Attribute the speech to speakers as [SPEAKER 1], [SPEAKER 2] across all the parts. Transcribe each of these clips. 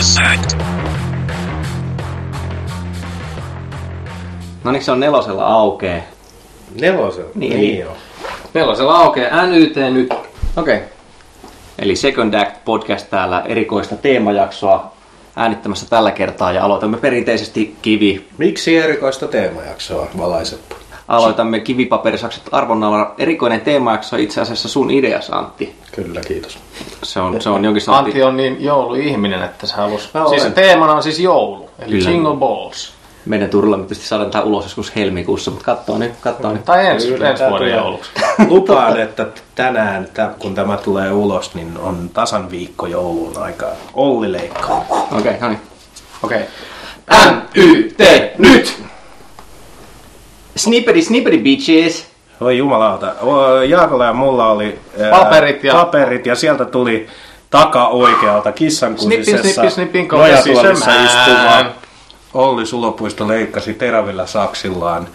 [SPEAKER 1] söit.
[SPEAKER 2] No niin, se on nelosella aukee.
[SPEAKER 3] Nelosella?
[SPEAKER 2] Niin.
[SPEAKER 3] joo.
[SPEAKER 2] Nelosella aukee NYT nyt. Okei. Okay. Eli Second Act podcast täällä erikoista teemajaksoa äänittämässä tällä kertaa ja aloitamme perinteisesti kivi.
[SPEAKER 3] Miksi erikoista teemajaksoa valaisepa?
[SPEAKER 2] Aloitamme kivipaperisakset arvonnalla. Erikoinen teemajakso on itse asiassa sun ideas,
[SPEAKER 3] Niin.
[SPEAKER 2] Antti.
[SPEAKER 3] Kyllä, kiitos.
[SPEAKER 2] Se on, se on jonkin
[SPEAKER 4] Antti
[SPEAKER 2] sellainen...
[SPEAKER 4] on niin jouluihminen, että se halusi.
[SPEAKER 3] Mä
[SPEAKER 4] Siis
[SPEAKER 3] olen.
[SPEAKER 4] teemana on siis joulu, eli
[SPEAKER 2] Kyllä.
[SPEAKER 4] Jingle Balls.
[SPEAKER 2] Meidän turilla me tietysti saadaan tää ulos joskus helmikuussa, mutta kattoo nyt, kattoo nyt.
[SPEAKER 4] Tai ensi,
[SPEAKER 3] Kyllä,
[SPEAKER 4] ensi
[SPEAKER 3] tää
[SPEAKER 4] vuoden
[SPEAKER 3] tulee.
[SPEAKER 4] jouluksi.
[SPEAKER 3] Lupaan, että tänään, tä- kun tämä tulee ulos, niin on tasan viikko jouluun aikaa. Olli leikkaa.
[SPEAKER 2] Okei, okay, no niin.
[SPEAKER 4] Okei.
[SPEAKER 2] NYT nyt! Snippety snippety bitches!
[SPEAKER 3] Voi jumalauta. O, Jaakolla ja mulla oli ää,
[SPEAKER 4] Paperit ja-
[SPEAKER 3] paperit ja sieltä tuli takaoikealta kissan
[SPEAKER 4] Snippi,
[SPEAKER 3] kuusisessa
[SPEAKER 4] snippi, Siis snippi,
[SPEAKER 3] nojatuolissa
[SPEAKER 4] koukesisemmään.
[SPEAKER 3] istuva. Olli Sulopuisto leikkasi terävillä saksillaan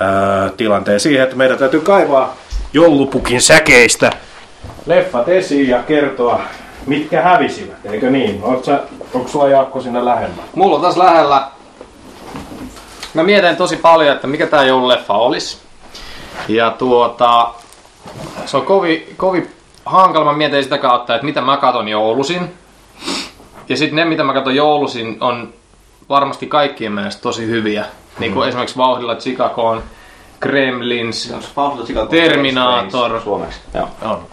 [SPEAKER 3] ää, tilanteen siihen, että meidän täytyy kaivaa joulupukin säkeistä leffat esiin ja kertoa, mitkä hävisivät, eikö niin? Oot sä, onko sulla Jaakko siinä lähemmällä?
[SPEAKER 4] Mulla on tässä lähellä. Mä mietin tosi paljon, että mikä tää joululeffa olisi. Ja tuota, se on kovin kovi hankala. Mä mietin sitä kautta, että mitä mä katon joulusin. Ja sitten ne, mitä mä katon joulusin, on varmasti kaikkien mielestä tosi hyviä. Niin
[SPEAKER 3] Mm.
[SPEAKER 4] kuin esimerkiksi Vauhdilla Chicagoon, Gremlins, Terminator.
[SPEAKER 2] Suomeksi. Joo.
[SPEAKER 4] On.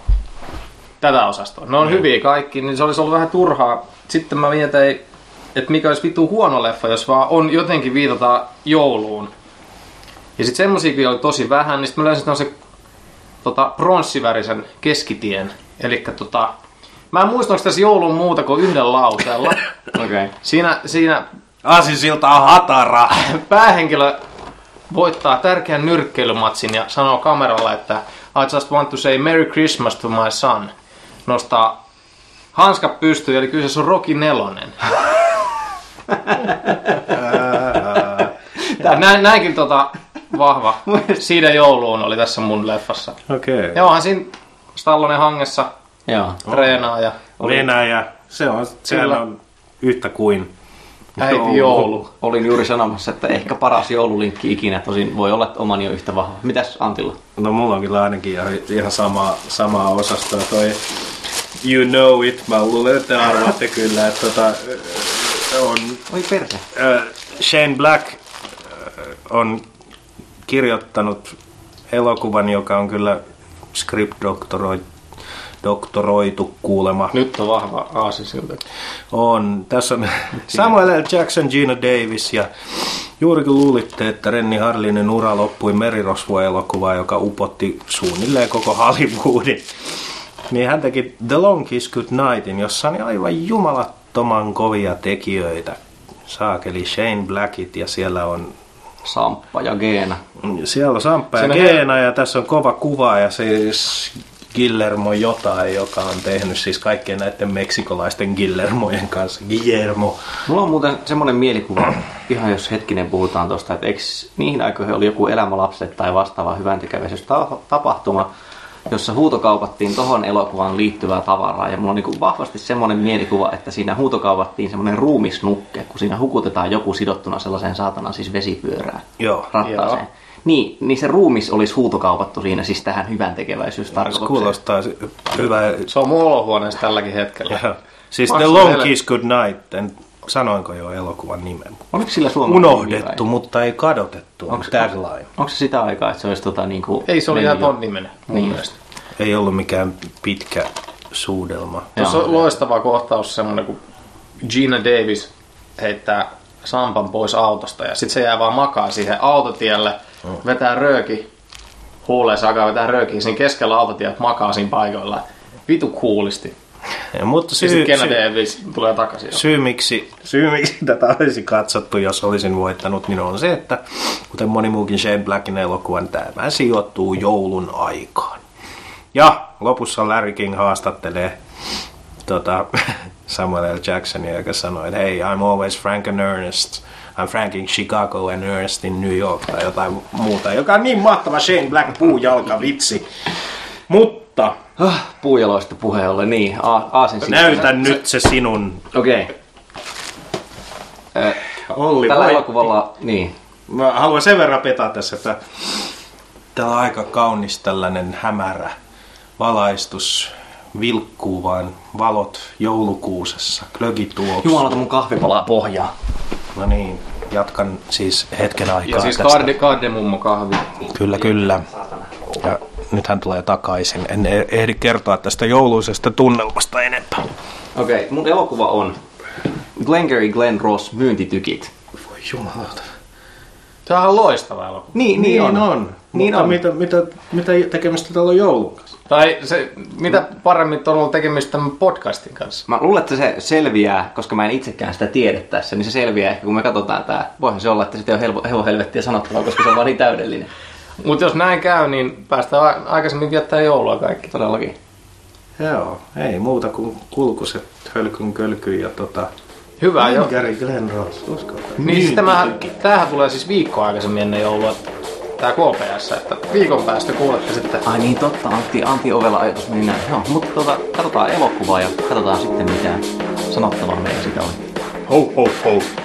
[SPEAKER 4] Tätä osastoa. Ne on hyviä kaikki, niin se olisi ollut vähän turhaa. Sitten mä mietin, että mikä olisi vittu huono leffa, jos vaan on jotenkin viitata jouluun. Ja sitten semmosiakin oli tosi vähän, niin sitten mä löysin tämmöisen tota, pronssivärisen keskitien. Eli tota, mä en muista, onko tässä joulun muuta kuin yhden lauseella.
[SPEAKER 2] Okei. Okay.
[SPEAKER 4] siinä, siinä
[SPEAKER 3] Asisilta on hatara!
[SPEAKER 4] päähenkilö voittaa tärkeän nyrkkeilymatsin ja sanoo kameralla, että I just want to say Merry Christmas to my son. Nostaa hanskat pystyyn, eli kyseessä on Rocky Nelonen. Näin, näinkin tota vahva siitä jouluun oli tässä mun leffassa.
[SPEAKER 3] Okei.
[SPEAKER 4] Ja onhan siinä Stallonen hangessa
[SPEAKER 2] Joo.
[SPEAKER 4] treenaa ja
[SPEAKER 3] Venäjä. Se on, sehän
[SPEAKER 4] Kyllä.
[SPEAKER 3] on yhtä kuin
[SPEAKER 4] äiti joulu.
[SPEAKER 2] Olin juuri sanomassa, että ehkä paras joululinkki ikinä. Tosin voi olla, että omani on yhtä vahva. Mitäs Antilla?
[SPEAKER 3] No mulla on kyllä ainakin ihan, ihan sama, samaa osastoa toi You Know It. Mä luulen, että te arvaatte kyllä, että tota, ö, on,
[SPEAKER 2] Oi perse.
[SPEAKER 3] ö, Shane Black ö, on kirjoittanut elokuvan, joka on kyllä script-doktoroitu kuulema.
[SPEAKER 4] Nyt on vahva aasisilta.
[SPEAKER 3] On. Tässä on Samuel L. Jackson, Gina Davis ja juuri kun luulitte, että Renni Harlinen ura loppui merirosvoelokuvaan, joka upotti suunnilleen koko Hollywoodin, niin hän teki The Long Kiss Good Nightin, jossa on aivan jumalattoman kovia tekijöitä. Saakeli Shane Blackit ja siellä on
[SPEAKER 2] Samppa ja Geena.
[SPEAKER 3] siellä on Samppa ja
[SPEAKER 4] Siinä
[SPEAKER 3] Geena ja tässä on kova kuva ja siis Guillermo jotain, joka on tehnyt siis kaikkien näiden meksikolaisten Guillermojen kanssa. Guillermo.
[SPEAKER 2] Mulla on muuten semmoinen mielikuva, ihan jos hetkinen puhutaan tuosta, että eikö niihin aikoihin oli joku elämä lapset tai vastaava hyvän tapahtuma, jossa huutokaupattiin tohon elokuvaan liittyvää tavaraa. Ja mulla on niin vahvasti semmoinen mielikuva, että siinä huutokaupattiin semmoinen ruumisnukke, kun siinä hukutetaan joku sidottuna sellaiseen saatanan siis vesipyörään.
[SPEAKER 3] Joo.
[SPEAKER 2] rattaaseen.
[SPEAKER 4] Joo.
[SPEAKER 2] Niin, niin se ruumis olisi huutokaupattu siinä siis tähän hyvän tekeväisyystarkoitukseen.
[SPEAKER 3] Kuulostaa si- hyvä.
[SPEAKER 4] Se on mun olohuoneessa tälläkin hetkellä.
[SPEAKER 3] Siis
[SPEAKER 4] Maksaa
[SPEAKER 3] The Long
[SPEAKER 4] vielä-
[SPEAKER 3] Kiss Good Night, en, sanoinko jo elokuvan nimen?
[SPEAKER 2] Oliko sillä suomalainen nimi
[SPEAKER 3] Unohdettu,
[SPEAKER 2] vai?
[SPEAKER 3] mutta ei kadotettu. Onko
[SPEAKER 2] Onks-
[SPEAKER 3] tagline?
[SPEAKER 2] Onko se sitä aikaa, että se olisi tota niinku...
[SPEAKER 4] Ei se oli
[SPEAKER 2] mennyt
[SPEAKER 4] ihan Mm.
[SPEAKER 2] jo-
[SPEAKER 4] ton nimenen mun
[SPEAKER 2] Niin.
[SPEAKER 4] mielestä.
[SPEAKER 3] Ei ollut mikään pitkä suudelma.
[SPEAKER 4] Tuossa
[SPEAKER 2] Joo.
[SPEAKER 4] on loistava kohtaus semmoinen, kun Gina Davis heittää sampan pois autosta ja sitten se jää vaan makaa siihen autotielle,
[SPEAKER 2] Oh.
[SPEAKER 4] vetää rööki huuleensa, alkaa vetää röökiä siinä keskellä autotiet makaa siinä paikoilla. Vitu kuulisti.
[SPEAKER 3] Ja, mutta
[SPEAKER 4] Ja
[SPEAKER 3] syy,
[SPEAKER 4] sitten Gina
[SPEAKER 3] syy,
[SPEAKER 4] Davis tulee takaisin.
[SPEAKER 3] syy, miksi, syy miksi tätä olisi katsottu, jos olisin voittanut, niin on se, että kuten moni muukin Shane Blackin elokuva, niin tämä sijoittuu joulun aikaan. Ja lopussa Larry King haastattelee tota, Samuel L. Jacksonia, joka sanoi, että hei, I'm always Frank and Ernest. I'm Frank in Chicago and Ernest in New York tai jotain muuta, joka on niin mahtava Shane Black puujalka vitsi. Mutta
[SPEAKER 2] Ah, puujaloista puheen ollen, niin. A- aasin
[SPEAKER 3] näytän nyt se sinun
[SPEAKER 2] Okei. Okay. Ö,
[SPEAKER 3] Olli,
[SPEAKER 2] Tällä
[SPEAKER 3] voi-
[SPEAKER 2] elokuvalla, niin,
[SPEAKER 3] Mä haluan sen verran petaa tässä, että täällä on aika kaunis tällainen hämärä valaistus. Vilkkuu vaan valot joulukuusessa, klöki tuoksu.
[SPEAKER 2] jumalauta mun kahvi palaa pohjaan.
[SPEAKER 3] No niin, jatkan siis hetken aikaa
[SPEAKER 4] Ja siis
[SPEAKER 3] tästä.
[SPEAKER 4] karde, kardemummo kahvi.
[SPEAKER 3] Kyllä, kyllä. Ja nyt hän tulee takaisin. En e- ehdi kertoa tästä jouluisesta tunnelmasta enempää.
[SPEAKER 2] Okei, okay, mun elokuva on Glengarry Glen Ross myyntitykit.
[SPEAKER 3] Voi jumalauta.
[SPEAKER 4] Tämähän on loistava elokuva.
[SPEAKER 2] Niin,
[SPEAKER 3] Niin on.
[SPEAKER 2] Niin
[SPEAKER 3] Mutta
[SPEAKER 2] on.
[SPEAKER 3] Mitä, mitä, mitä tekemistä täällä on joulun kanssa?
[SPEAKER 4] Tai se, mitä paremmin on ollut tekemistä tämän podcastin kanssa.
[SPEAKER 2] Mä luulen, että se selviää, koska mä en itsekään sitä tiedä tässä, niin se selviää ehkä, kun me katsotaan tää. Voihan se olla, että sitä ei ole helvo, helvo helvettiä sanottavaa, koska se on vaan niin täydellinen.
[SPEAKER 4] Mutta jos näin käy, niin päästään a- aikaisemmin viettää joulua kaikki.
[SPEAKER 2] Todellakin.
[SPEAKER 3] Joo, ei muuta kuin kulkuset hölkyn kölkyn ja tota...
[SPEAKER 4] Hyvä jo.
[SPEAKER 3] Gary Glenn Ross, uskaltaa.
[SPEAKER 4] Niin siis tämähän, tämähän tulee siis viikko aikaisemmin ennen joulua. Tää KPS, että viikon päästä kuulette sitten.
[SPEAKER 2] Ai niin totta, Antti, Antti Ovela ajatus meni näin. Joo, mutta tota, katsotaan elokuvaa ja katsotaan sitten mitä sanottavaa meillä sitä on.
[SPEAKER 3] Ho, ho, ho.